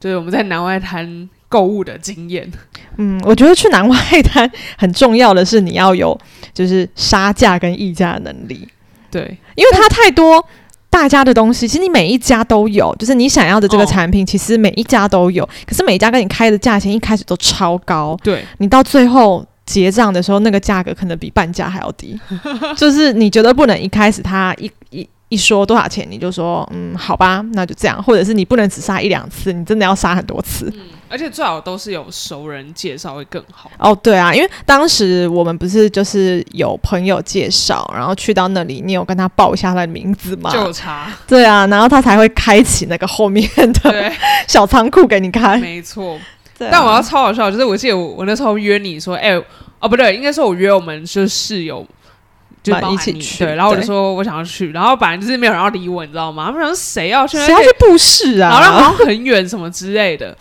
[SPEAKER 2] 就是我们在南外滩购物的经 验？
[SPEAKER 1] 嗯，我觉得去南外滩很重要的是你要有就是杀价跟议价的能力，
[SPEAKER 2] 对，
[SPEAKER 1] 因为它太多大家的东西，其实你每一家都有，就是你想要的这个
[SPEAKER 2] 哦
[SPEAKER 1] 产品，其实每一家都有，可是每一家跟你开的价钱一开始都超高，
[SPEAKER 2] 对，
[SPEAKER 1] 你到最后结账的时候，那个价格可能比半价还要低，就是你觉得不能一开始他一一。一说多少钱，你就说嗯，好吧，那就这样，或者是你不能只杀一两次，你真的要杀很多次。
[SPEAKER 2] 而且最好都是有熟人介绍会更好。
[SPEAKER 1] 哦，对啊，因为当时我们不是就是有朋友介绍，然后去到那里，你有跟他报一下他的名字吗？
[SPEAKER 2] 就 有差，
[SPEAKER 1] 对啊，然后他才会开启那个后面的
[SPEAKER 2] 对，
[SPEAKER 1] 小仓库给你看。
[SPEAKER 2] 没错。
[SPEAKER 1] 哎对啊
[SPEAKER 2] 但我要超好笑，就是我记得我我那时候约你说，哎、哦不对，应该说我约我们就是室友，就是
[SPEAKER 1] 们
[SPEAKER 2] 包含
[SPEAKER 1] 一起
[SPEAKER 2] 你
[SPEAKER 1] 去
[SPEAKER 2] 对，然后我就
[SPEAKER 1] 对
[SPEAKER 2] 说我想要去，然后反正就是没有人要理我，你知道吗？他们想说谁要去那
[SPEAKER 1] 谁
[SPEAKER 2] 边？
[SPEAKER 1] 要去布市
[SPEAKER 2] 然后那好
[SPEAKER 1] 啊？
[SPEAKER 2] 像很远什么之类的。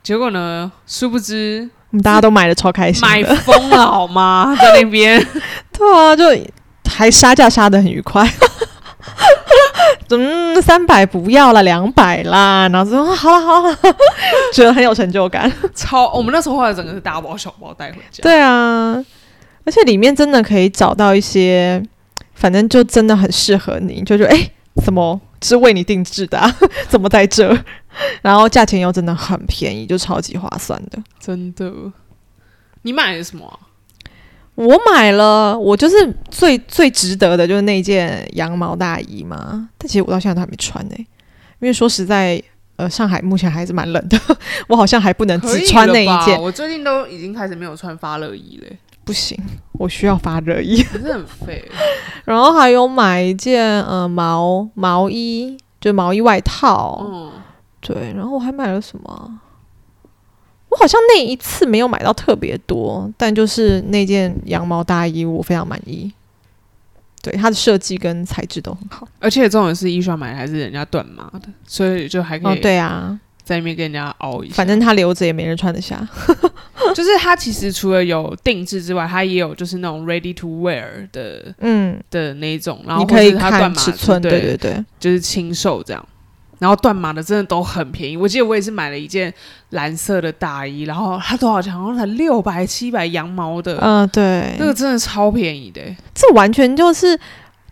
[SPEAKER 2] 结果呢，殊不知
[SPEAKER 1] 我们大家都买的超开心
[SPEAKER 2] 买
[SPEAKER 1] 的，
[SPEAKER 2] 疯了好吗？在那边，
[SPEAKER 1] 对啊，就还杀价杀的很愉快。 嗯，三百不要了，两百啦，然后说哦好了好了， 觉得很有成就感。
[SPEAKER 2] 超我们那时候后来整个是大包小包带回家。
[SPEAKER 1] 对啊，而且里面真的可以找到一些，反正就真的很适合你，就觉得哎、诶怎么是为你定制的、啊？ 怎么在这？然后价钱又真的很便宜，就超级划算的。
[SPEAKER 2] 真的。你买了什么啊、
[SPEAKER 1] 我买了，我就是最最值得的就是那件羊毛大衣嘛，但其实我到现在都还没穿呢、因为说实在，呃，上海目前还是蛮冷的， 我好像还不能
[SPEAKER 2] 可以
[SPEAKER 1] 只穿那
[SPEAKER 2] 了
[SPEAKER 1] 一
[SPEAKER 2] 吧
[SPEAKER 1] 件，
[SPEAKER 2] 我最近都已经开始没有穿发热衣嘞，
[SPEAKER 1] 不行，我需要发热衣。
[SPEAKER 2] 可是很废。
[SPEAKER 1] 然后还有买一件呃毛毛衣，就毛衣外套，
[SPEAKER 2] 嗯，
[SPEAKER 1] 对。然后我还买了什么啊？我好像那一次没有买到特别多，但就是那件羊毛大衣我非常满意，对它的设计跟材质都很好。
[SPEAKER 2] 而且重点是衣刷买的还是人家断码的，所以就还可
[SPEAKER 1] 哦，
[SPEAKER 2] 以
[SPEAKER 1] 对啊，
[SPEAKER 2] 在那边跟人家熬一下。
[SPEAKER 1] 反正它留着也没人穿得下。
[SPEAKER 2] 就是它其实除了有定制之外，它也有就是那种 ready to wear 的
[SPEAKER 1] 嗯，
[SPEAKER 2] 的那一种，然后
[SPEAKER 1] 你可以
[SPEAKER 2] 或者是它断
[SPEAKER 1] 看
[SPEAKER 2] 码
[SPEAKER 1] 尺
[SPEAKER 2] 的
[SPEAKER 1] 寸，
[SPEAKER 2] 对
[SPEAKER 1] 对对对，
[SPEAKER 2] 就是清售这样。然后断码的真的都很便宜，我记得我也是买了一件蓝色的大衣，然后它多少钱？好像才六百七百羊毛的，
[SPEAKER 1] 嗯、对，
[SPEAKER 2] 那个真的超便宜的、
[SPEAKER 1] 这完全就是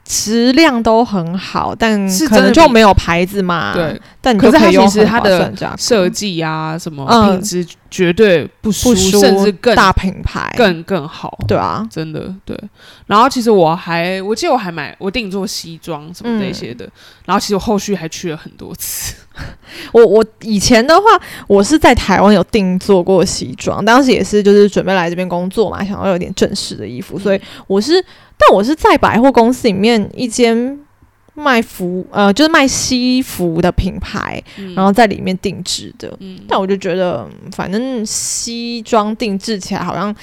[SPEAKER 1] 质量都很好，但
[SPEAKER 2] 是
[SPEAKER 1] 可
[SPEAKER 2] 真
[SPEAKER 1] 能
[SPEAKER 2] 的
[SPEAKER 1] 就
[SPEAKER 2] 比
[SPEAKER 1] 没有牌子嘛。
[SPEAKER 2] 对，
[SPEAKER 1] 但你
[SPEAKER 2] 可
[SPEAKER 1] 就是
[SPEAKER 2] 它
[SPEAKER 1] 以用
[SPEAKER 2] 其实
[SPEAKER 1] 很
[SPEAKER 2] 它
[SPEAKER 1] 划
[SPEAKER 2] 的
[SPEAKER 1] 算价格
[SPEAKER 2] 设计啊什么
[SPEAKER 1] 嗯
[SPEAKER 2] 品质绝对不输，
[SPEAKER 1] 不输
[SPEAKER 2] 甚至更
[SPEAKER 1] 大品牌，
[SPEAKER 2] 更更好。
[SPEAKER 1] 对啊，
[SPEAKER 2] 真的对，然后其实我还，我记得我还买，我订做西装什
[SPEAKER 1] 嗯
[SPEAKER 2] 么这些的，然后其实我后续还去了很多次，
[SPEAKER 1] 我我以前的话，我是在台湾有定做过西装，当时也是就是准备来这边工作嘛，想要有点正式的衣服，
[SPEAKER 2] 嗯
[SPEAKER 1] 所以我是，但我是在百货公司里面一间卖服呃就是卖西服的品牌，
[SPEAKER 2] 嗯
[SPEAKER 1] 然后在里面定制的，
[SPEAKER 2] 嗯，
[SPEAKER 1] 但我就觉得嗯反正西装定制起来好像。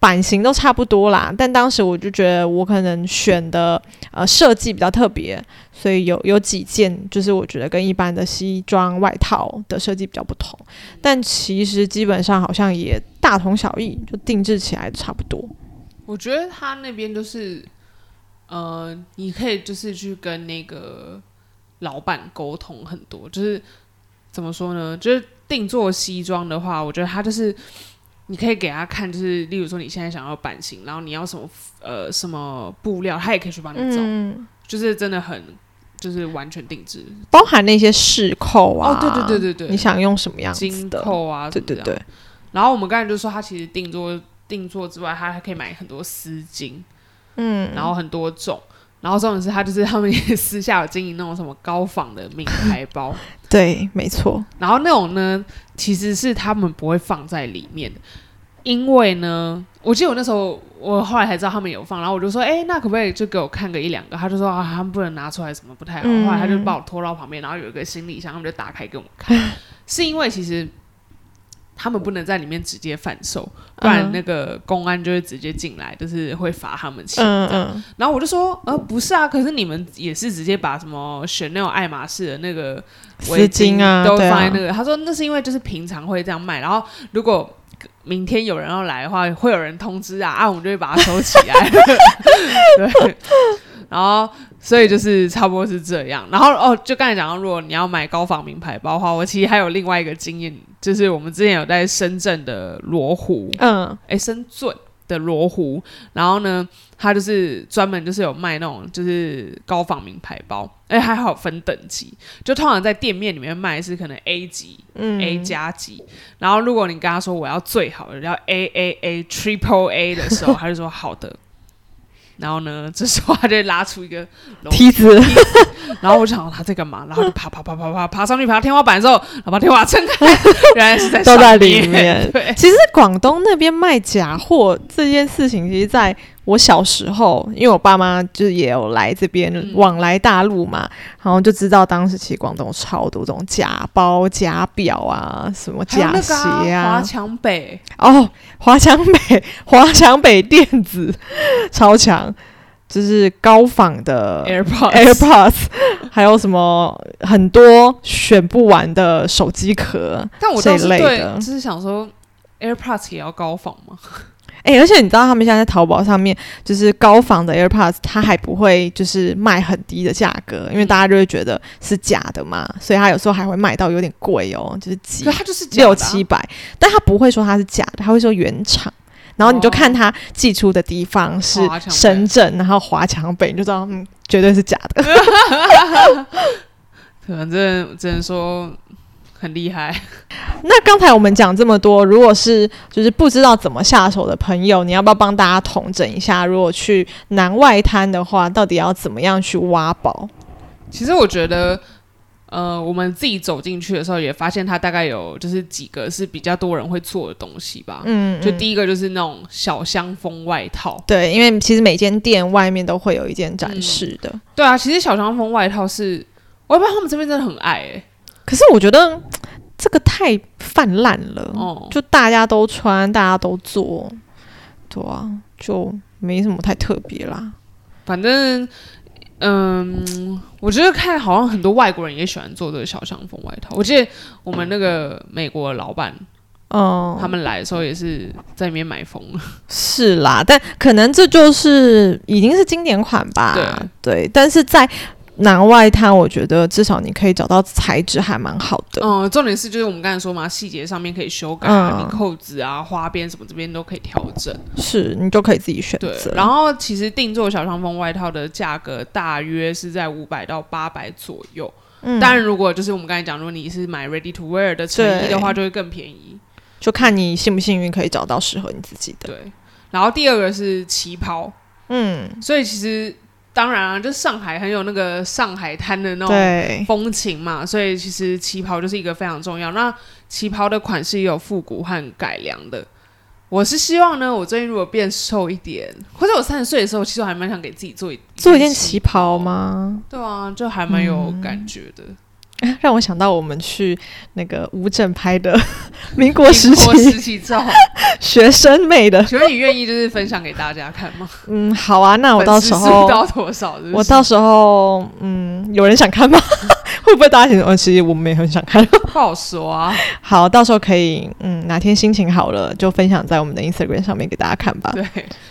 [SPEAKER 1] 版型都差不多啦，但当时我就觉得我可能选的呃设计比较特别，所以有有几件就是我觉得跟一般的西装外套的设计比较不同，
[SPEAKER 2] 嗯
[SPEAKER 1] 但其实基本上好像也大同小异，就定制起来差不多。
[SPEAKER 2] 我觉得他那边就是，呃，你可以就是去跟那个老板沟通很多，就是怎么说呢？就是定做西装的话，我觉得他就是你可以给他看，就是例如说你现在想要版型，然后你要什么呃什么布料，他也可以去帮你找，
[SPEAKER 1] 嗯，
[SPEAKER 2] 就是真的很就是完全定制。
[SPEAKER 1] 包含那些饰扣啊，
[SPEAKER 2] 哦，对对对对对，
[SPEAKER 1] 你想用什么样子
[SPEAKER 2] 金
[SPEAKER 1] 的？
[SPEAKER 2] 扣啊，
[SPEAKER 1] 对对
[SPEAKER 2] 什么这样
[SPEAKER 1] 对，
[SPEAKER 2] 然后我们刚才就说，他其实定做定做之外，他还可以买很多丝巾，嗯，然后很多种。然后重点是，他就是他们也私下有经营那种什么高仿的名牌包，
[SPEAKER 1] 对，没错，
[SPEAKER 2] 然后那种呢，其实是他们不会放在里面的，因为呢，我记得我那时候我后来才知道他们有放，然后我就说，哎，那可不可以就给我看个一两个？他就说啊，他们不能拿出来，什么不太好。
[SPEAKER 1] 嗯
[SPEAKER 2] 后来他就把我拖到旁边，然后有一个行李箱，他们就打开给我们看，是因为其实他们不能在里面直接贩售，不然那个公安就会直接进来，就是会罚他们钱。
[SPEAKER 1] 嗯
[SPEAKER 2] 这样
[SPEAKER 1] 嗯，
[SPEAKER 2] 然后我就说，呃，不是啊，可是你们也是直接把什么 Chanel 爱马仕的那个
[SPEAKER 1] 丝
[SPEAKER 2] 围
[SPEAKER 1] 巾啊，
[SPEAKER 2] 都
[SPEAKER 1] 对
[SPEAKER 2] 放
[SPEAKER 1] 啊
[SPEAKER 2] 在那个。他说那是因为就是平常会这样卖，然后如果明天有人 要来的话，会有人通知啊，啊，我们就会把它收起来。对。然后所以就是差不多是这样。然后哦，就刚才讲到，如果你要买高仿名牌包的话，我其实还有另外一个经验，就是我们之前有在深圳的罗湖，
[SPEAKER 1] 嗯，
[SPEAKER 2] 哎、深圳的罗湖，然后呢，它就是专门就是有卖那种就是高仿名牌包，哎、还好分等级，就通常在店面里面卖是可能 A 级、A
[SPEAKER 1] 嗯
[SPEAKER 2] 加级，然后如果你跟他说我要最好的，要 A A A Triple A 的时候，他就说好的。 然后呢，这时候他就拉出一个楼
[SPEAKER 1] 梯子，
[SPEAKER 2] 然后我就想他在干嘛，然后就爬爬爬爬爬爬上去，爬到天花板之后，然后把天花板撑开， 原来是在
[SPEAKER 1] 都在
[SPEAKER 2] 上
[SPEAKER 1] 里面
[SPEAKER 2] 对，
[SPEAKER 1] 其实广东那边卖假货这件事情，其实在我小时候，因为我爸妈就是也有来这边、
[SPEAKER 2] 嗯
[SPEAKER 1] 往来大陆嘛，然后就知道当时其实广东超多这种假包、假表啊，什么
[SPEAKER 2] 还有
[SPEAKER 1] 假
[SPEAKER 2] 那个
[SPEAKER 1] 鞋
[SPEAKER 2] 啊，华
[SPEAKER 1] 啊，
[SPEAKER 2] 强北，
[SPEAKER 1] 哦，华强北、华强北电子超强，就是高仿的
[SPEAKER 2] AirPods
[SPEAKER 1] 呃 AirPods，还有什么很多选不完的手机壳，
[SPEAKER 2] 但我当
[SPEAKER 1] 这一
[SPEAKER 2] 时
[SPEAKER 1] 类
[SPEAKER 2] 对
[SPEAKER 1] 的
[SPEAKER 2] 就是想说，AirPods 也要高仿吗？
[SPEAKER 1] 哎、而且你知道他们现在在淘宝上面，就是高仿的 AirPods，它还不会就是卖很低的价格，
[SPEAKER 2] 嗯
[SPEAKER 1] 因为大家就会觉得是假的嘛，所以它有时候还会卖到有点贵哦，就是几
[SPEAKER 2] 可它就是假的啊
[SPEAKER 1] 六七，百，但他不会说它是假的，他会说原厂。然后你就看它寄出的地方是
[SPEAKER 2] 哦华强北
[SPEAKER 1] 深圳，然后华强北，你就知道，嗯，绝对是假的。
[SPEAKER 2] 反正只能说很厉害。
[SPEAKER 1] 那刚才我们讲这么多，如果是就是不知道怎么下手的朋友，你要不要帮大家统整一下？如果去南外滩的话，到底要怎么样去挖宝？
[SPEAKER 2] 其实我觉得，呃，我们自己走进去的时候也发现它大概有就是几个是比较多人会做的东西吧。
[SPEAKER 1] 嗯，
[SPEAKER 2] 就
[SPEAKER 1] 嗯
[SPEAKER 2] 第一个就是那种小香风外套，
[SPEAKER 1] 对，因为其实每间店外面都会有一件展示的。
[SPEAKER 2] 对啊，其实小香风外套是，我也不知道他们这边真的很爱哎、
[SPEAKER 1] 可是我觉得嗯这个太泛滥了，
[SPEAKER 2] 哦，
[SPEAKER 1] 就大家都穿，大家都做，对啊，就没什么太特别啦。
[SPEAKER 2] 反正。嗯，我觉得看好像很多外国人也喜欢做这个小香风外套。我记得我们那个美国的老板，
[SPEAKER 1] 嗯，
[SPEAKER 2] 他们来的时候也是在里面买疯了。
[SPEAKER 1] 是啦，但可能这就是已经是经典款吧。对，但是在南外滩，我觉得至少你可以找到材质还蛮好的。
[SPEAKER 2] 嗯，重点是就是我们刚才说嘛，细节上面可以修改、啊，
[SPEAKER 1] 嗯
[SPEAKER 2] 你扣子啊、花边什么这边都可以调整。
[SPEAKER 1] 是你就可以自己选
[SPEAKER 2] 对
[SPEAKER 1] 择，。
[SPEAKER 2] 然后其实定做小长风外套的价格大约是在五百到八百左右。
[SPEAKER 1] 嗯
[SPEAKER 2] 当然，如果就是我们刚才讲，如果你是买 ready to wear 的成衣
[SPEAKER 1] 对
[SPEAKER 2] 的话，就会更便宜。
[SPEAKER 1] 就看你幸不幸运可以找到适合你自己的。
[SPEAKER 2] 对。然后第二个是旗袍，
[SPEAKER 1] 嗯，
[SPEAKER 2] 所以其实当然啊，就上海很有那个上海滩的那种
[SPEAKER 1] 对，
[SPEAKER 2] 风情嘛，所以其实旗袍就是一个非常重要。那旗袍的款式也有复古和改良的。我是希望呢，我最近如果变瘦一点，或者我三十岁的时候，其实我还蛮想给自己做一
[SPEAKER 1] 做一件旗袍？吗？
[SPEAKER 2] 对啊，就还蛮有感觉的。
[SPEAKER 1] 嗯让我想到我们去那个乌镇拍 的民国时
[SPEAKER 2] 民国时
[SPEAKER 1] 期
[SPEAKER 2] 期照，
[SPEAKER 1] 学生妹的。
[SPEAKER 2] 请问你愿意就是分享给大家看吗？
[SPEAKER 1] 嗯，好啊，那我到时
[SPEAKER 2] 粉丝数
[SPEAKER 1] 候
[SPEAKER 2] 到多少是不是？
[SPEAKER 1] 我到时候嗯，有人想看 吗？会不会大家想？哦，其实我们也很想看。
[SPEAKER 2] 不好说啊。
[SPEAKER 1] 好，到时候可以嗯，哪天心情好了就分享在我们的 Instagram 上面给大家看吧。
[SPEAKER 2] 对，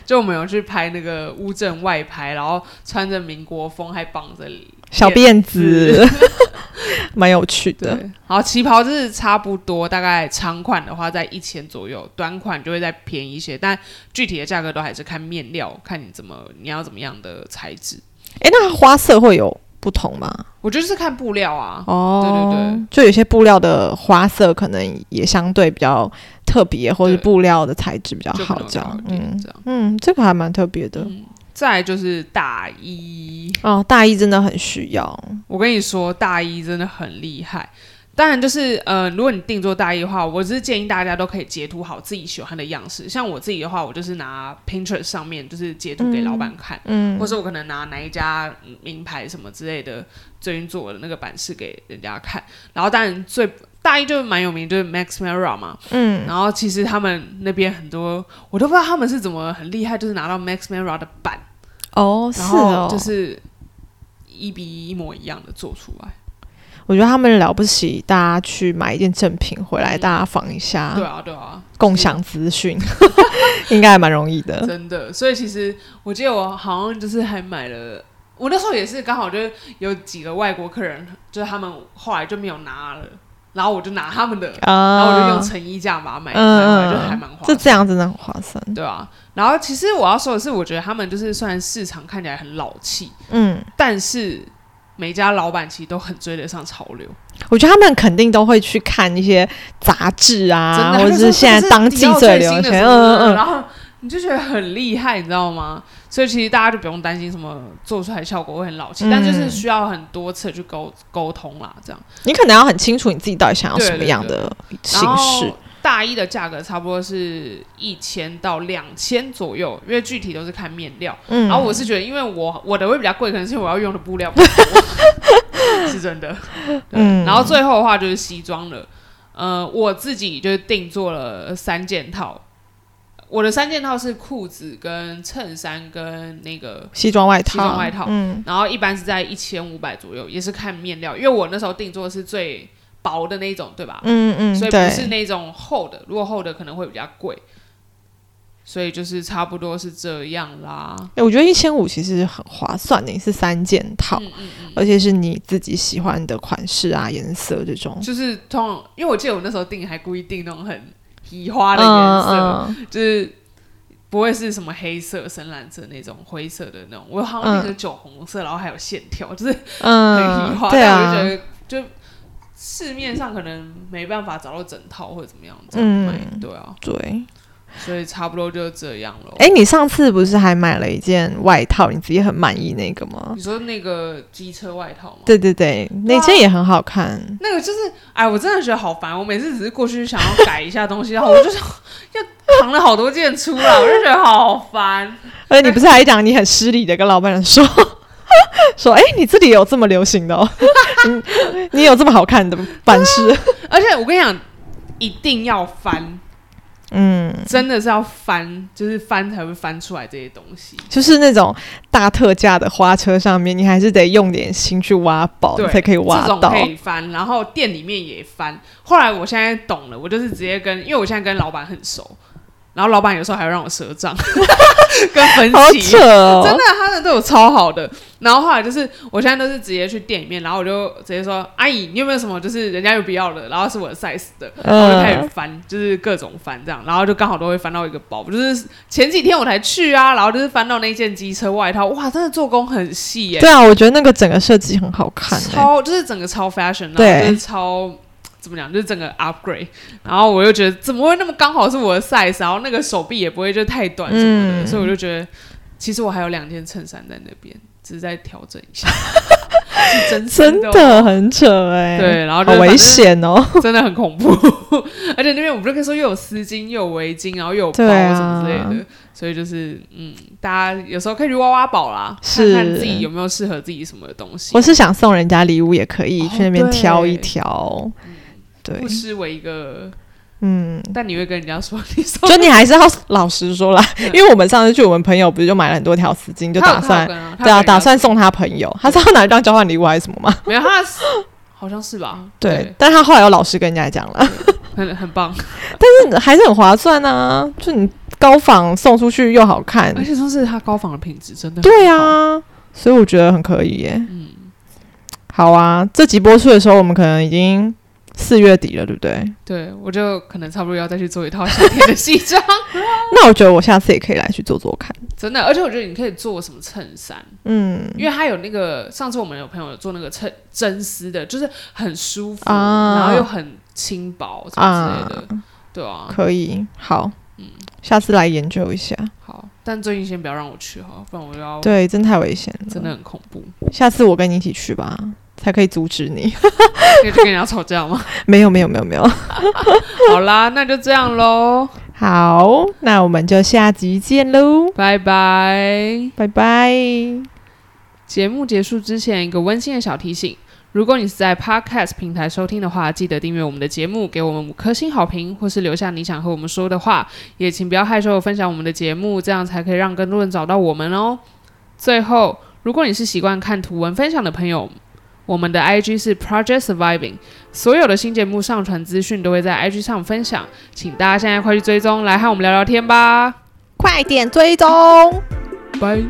[SPEAKER 2] 就我们有去拍那个乌镇外拍，然后穿着民国风，还绑着
[SPEAKER 1] 小辫子， 蛮有趣的。
[SPEAKER 2] 对，好，旗袍就是差不多，大概长款的话在一千左右，短款就会再便宜一些，但具体的价格都还是看面料，看你怎么你要怎么样的材质。
[SPEAKER 1] 哎，那花色会有不同吗？
[SPEAKER 2] 我觉得是看布料啊，
[SPEAKER 1] 哦，
[SPEAKER 2] 对对对，
[SPEAKER 1] 就有些布料的花色可能也相对比较特别，或者
[SPEAKER 2] 对
[SPEAKER 1] 布料的材质比较
[SPEAKER 2] 就可
[SPEAKER 1] 好
[SPEAKER 2] 能
[SPEAKER 1] 这
[SPEAKER 2] 高
[SPEAKER 1] 样
[SPEAKER 2] 一。点
[SPEAKER 1] 嗯
[SPEAKER 2] 这样。
[SPEAKER 1] 嗯，这个还蛮特别的。
[SPEAKER 2] 嗯再来就是大衣，
[SPEAKER 1] 哦，大衣真的很需要。
[SPEAKER 2] 我跟你说，大衣真的很厉害。当然，就是呃，如果你定做大衣的话，我只是建议大家都可以截图好自己喜欢的样式。像我自己的话，我就是拿 Pinterest 上面就是截图给老板看，
[SPEAKER 1] 嗯
[SPEAKER 2] 或，是我可能拿哪一家嗯名牌什么之类的，最近做的那个版式给人家看。然后当然最大一就是蛮有名，就是 Max Mara 嘛。
[SPEAKER 1] 嗯，
[SPEAKER 2] 然后其实他们那边很多，我都不知道他们是怎么很厉害，就是拿到 Max Mara 的版，
[SPEAKER 1] 哦，是
[SPEAKER 2] 然后
[SPEAKER 1] 哦，
[SPEAKER 2] 就是一比一一模一样的做出来。
[SPEAKER 1] 我觉得他们了不起，大家去买一件正品回来，
[SPEAKER 2] 嗯
[SPEAKER 1] 大家仿一下
[SPEAKER 2] 对，啊，对啊，
[SPEAKER 1] 共享资讯， 应该还蛮容易的。
[SPEAKER 2] 真的。所以其实我记得我好像就是还买了。我那时候也是刚好就是有几个外国客人，就是他们后来就没有拿了，然后我就拿他们的，然后我就用
[SPEAKER 1] 啊，
[SPEAKER 2] 成衣价把它买
[SPEAKER 1] 嗯
[SPEAKER 2] 一块回来，就还蛮划
[SPEAKER 1] 这
[SPEAKER 2] 算。
[SPEAKER 1] 这样真的很划算。
[SPEAKER 2] 对啊，然后其实我要说的是，我觉得他们就是虽然市场看起来很老气，
[SPEAKER 1] 嗯，
[SPEAKER 2] 但是每家老板其实都很追得上潮流。
[SPEAKER 1] 我觉得他们肯定都会去看一些杂志啊，
[SPEAKER 2] 真
[SPEAKER 1] 或
[SPEAKER 2] 的，
[SPEAKER 1] 者是现在当季最
[SPEAKER 2] 最
[SPEAKER 1] 流行，
[SPEAKER 2] 嗯嗯，
[SPEAKER 1] 嗯嗯
[SPEAKER 2] 然后你就觉得很厉害，你知道吗？所以其实大家就不用担心什么做出来效果会很老气，但就是需要很多次去沟沟通啦，这样。
[SPEAKER 1] 嗯，你可能要很清楚你自己到底想要
[SPEAKER 2] 对
[SPEAKER 1] 什么
[SPEAKER 2] 对
[SPEAKER 1] 样
[SPEAKER 2] 对
[SPEAKER 1] 的形
[SPEAKER 2] 然
[SPEAKER 1] 式
[SPEAKER 2] 后。大一的价格差不多是一千到两千左右，因为具体都是看面料。
[SPEAKER 1] 嗯，
[SPEAKER 2] 然后我是觉得，因为我我的会比较贵，可能是因为我要用的布料比较多，是真的。
[SPEAKER 1] 嗯
[SPEAKER 2] 嗯，然后最后的话就是西装了，呃，我自己就是定做了三件套，我的三件套是裤子跟衬衫跟那个。
[SPEAKER 1] 西装外套，
[SPEAKER 2] 西装外套
[SPEAKER 1] 嗯
[SPEAKER 2] 然后一般是在一千五百左右，也是看面料，因为我那时候定做是最薄的那种，对吧？
[SPEAKER 1] 嗯嗯，
[SPEAKER 2] 所以不是
[SPEAKER 1] 对，
[SPEAKER 2] 那种厚的，如果厚的可能会比较贵，所以就是差不多是这样啦。
[SPEAKER 1] 哎我觉得一千五其实很划算的，是三件套，
[SPEAKER 2] 嗯嗯嗯，
[SPEAKER 1] 而且是你自己喜欢的款式啊、颜色这种。
[SPEAKER 2] 就是通常，因为我记得我那时候订还故意订那种很移花
[SPEAKER 1] 嗯
[SPEAKER 2] 的颜色，
[SPEAKER 1] 嗯，
[SPEAKER 2] 就是不会是什么黑色、深蓝色那种灰色的那种，我好像订的酒红色，然后还有线条，就是很移
[SPEAKER 1] 嗯
[SPEAKER 2] 花，
[SPEAKER 1] 对
[SPEAKER 2] 但我就
[SPEAKER 1] 啊，
[SPEAKER 2] 觉得就。市面上可能没办法找到整套或者怎么样这样
[SPEAKER 1] 嗯
[SPEAKER 2] 卖，对啊，
[SPEAKER 1] 对。
[SPEAKER 2] 所以差不多就这样了。
[SPEAKER 1] 哎，你上次不是还买了一件外套，你自己很满意那个吗？
[SPEAKER 2] 你说那个机车外套吗？
[SPEAKER 1] 对对对，那件也很好看。
[SPEAKER 2] 那个就是，哎，我真的觉得好烦。我每次只是过去想要改一下东西，然后我就是要扛了好多件出来，我就觉得好烦。
[SPEAKER 1] 而且你不是还讲你很失礼的跟老板娘说说，哎，你这里有这么流行的哦，你你有这么好看的版式？
[SPEAKER 2] 而且我跟你讲，一定要翻，
[SPEAKER 1] 嗯，
[SPEAKER 2] 真的是要翻，就是翻才会翻出来这些东西。
[SPEAKER 1] 就是那种大特价的花车上面，你还是得用点心去挖宝，
[SPEAKER 2] 对
[SPEAKER 1] 你哦才可以挖
[SPEAKER 2] 这种
[SPEAKER 1] 到
[SPEAKER 2] 可。以翻，然后店里面也翻。后来我现在懂了，我就是直接跟，因为我现在跟老板很熟，然后老板有时候还会让我赊账， 跟分
[SPEAKER 1] 好
[SPEAKER 2] 歧
[SPEAKER 1] 扯。哦！
[SPEAKER 2] 真的，他们对我超好的。然后后来就是，我现在都是直接去店里面，然后我就直接说：“阿姨，你有没有什么就是人家有不要的，然后是我的 size 的？”然后我就开始翻，就是各种翻这样，然后就刚好都会翻到一个包。就是前几天我才去啊，然后就是翻到那件机车外套，哇，真的做工很细耶、
[SPEAKER 1] 对啊，我觉得那个整个设计很好看、欸。
[SPEAKER 2] 超就是整个超 fashion，然
[SPEAKER 1] 对
[SPEAKER 2] 后就是超。怎么讲？就是整个 upgrade，然后我又觉得怎么会那么刚好是我的 size，然后那个手臂也不会就太短什么的，
[SPEAKER 1] 嗯
[SPEAKER 2] 所以我就觉得其实我还有两件衬衫在那边，只是在调整 一下，是真
[SPEAKER 1] 真
[SPEAKER 2] 心的哦、
[SPEAKER 1] 的很扯哎、
[SPEAKER 2] 对，然后就
[SPEAKER 1] 好
[SPEAKER 2] 是
[SPEAKER 1] 危，险哦。
[SPEAKER 2] 真的很恐怖。 而且那边我不是跟你说又有丝巾，又有围巾，然后又有包
[SPEAKER 1] 对啊
[SPEAKER 2] 什么之类的，所以就是嗯，大家有时候可以去挖挖宝啦，
[SPEAKER 1] 是
[SPEAKER 2] 看看自己有没有适合自己什么的东西。
[SPEAKER 1] 我是想送人家礼物，也可以
[SPEAKER 2] 哦
[SPEAKER 1] 去那边挑一
[SPEAKER 2] 对
[SPEAKER 1] 挑。对，
[SPEAKER 2] 不失为一个，
[SPEAKER 1] 嗯，
[SPEAKER 2] 但你会跟人家说你 说
[SPEAKER 1] 就你还是要老实说啦，因为我们上次去，我们朋友不是就买了很多条丝巾，就
[SPEAKER 2] 他有
[SPEAKER 1] 打算
[SPEAKER 2] 他有跟啊他
[SPEAKER 1] 对啊，
[SPEAKER 2] 有跟人家
[SPEAKER 1] 打算送他朋友。 他是要拿来当交换礼物还是什么吗？
[SPEAKER 2] 没有他是好像是吧？
[SPEAKER 1] 对，，但他后来有老实跟人家讲 了，
[SPEAKER 2] 很很棒，
[SPEAKER 1] 但是还是很划算啊！就你高仿送出去又好看，
[SPEAKER 2] 而且说是他高仿的品质真的
[SPEAKER 1] 对
[SPEAKER 2] 很好，
[SPEAKER 1] 啊，所以我觉得很可以耶。
[SPEAKER 2] 嗯，
[SPEAKER 1] 好啊，这集播出的时候，我们可能已经四月底了，对不对？
[SPEAKER 2] 对我就可能差不多要再去做一套夏天的 西装，
[SPEAKER 1] 那我觉得我下次也可以来去做做看。
[SPEAKER 2] 真的，而且我觉得你可以做什么衬衫，
[SPEAKER 1] 嗯，
[SPEAKER 2] 因为它有那个上次我们有朋友有做那个衬真丝的，就是很舒服，
[SPEAKER 1] 啊
[SPEAKER 2] 然后又很轻薄什么之类的，对啊，
[SPEAKER 1] 可以，好，
[SPEAKER 2] 嗯
[SPEAKER 1] 下次来研究一下。
[SPEAKER 2] 好，但最近先不要让我去哈，不然我就要
[SPEAKER 1] 对，真太危险了，
[SPEAKER 2] 真的。很恐怖，
[SPEAKER 1] 下次我跟你一起去吧，才可以阻止你。
[SPEAKER 2] 可以去跟人家吵架吗？
[SPEAKER 1] 没有，没有，没有，没有。
[SPEAKER 2] 好啦，那就这样喽，
[SPEAKER 1] 好，那我们就下集见喽，
[SPEAKER 2] 拜拜。
[SPEAKER 1] 拜拜。
[SPEAKER 2] 节目结束之前，一个温馨的小提醒：如果你是在 Podcast 平台收听的话，记得订阅我们的节目，给我们五颗星好评，或是留下你想和我们说的话。也请不要害羞地分享我们的节目，这样才可以让更多人找到我们哦。最后，如果你是习惯看图文分享的朋友，我们的 IG 是 Project Surviving，所有的新节目上传资讯都会在 IG 上分享，请大家现在快去追踪，来和我们聊聊天吧，
[SPEAKER 1] 快点追踪。
[SPEAKER 2] 拜。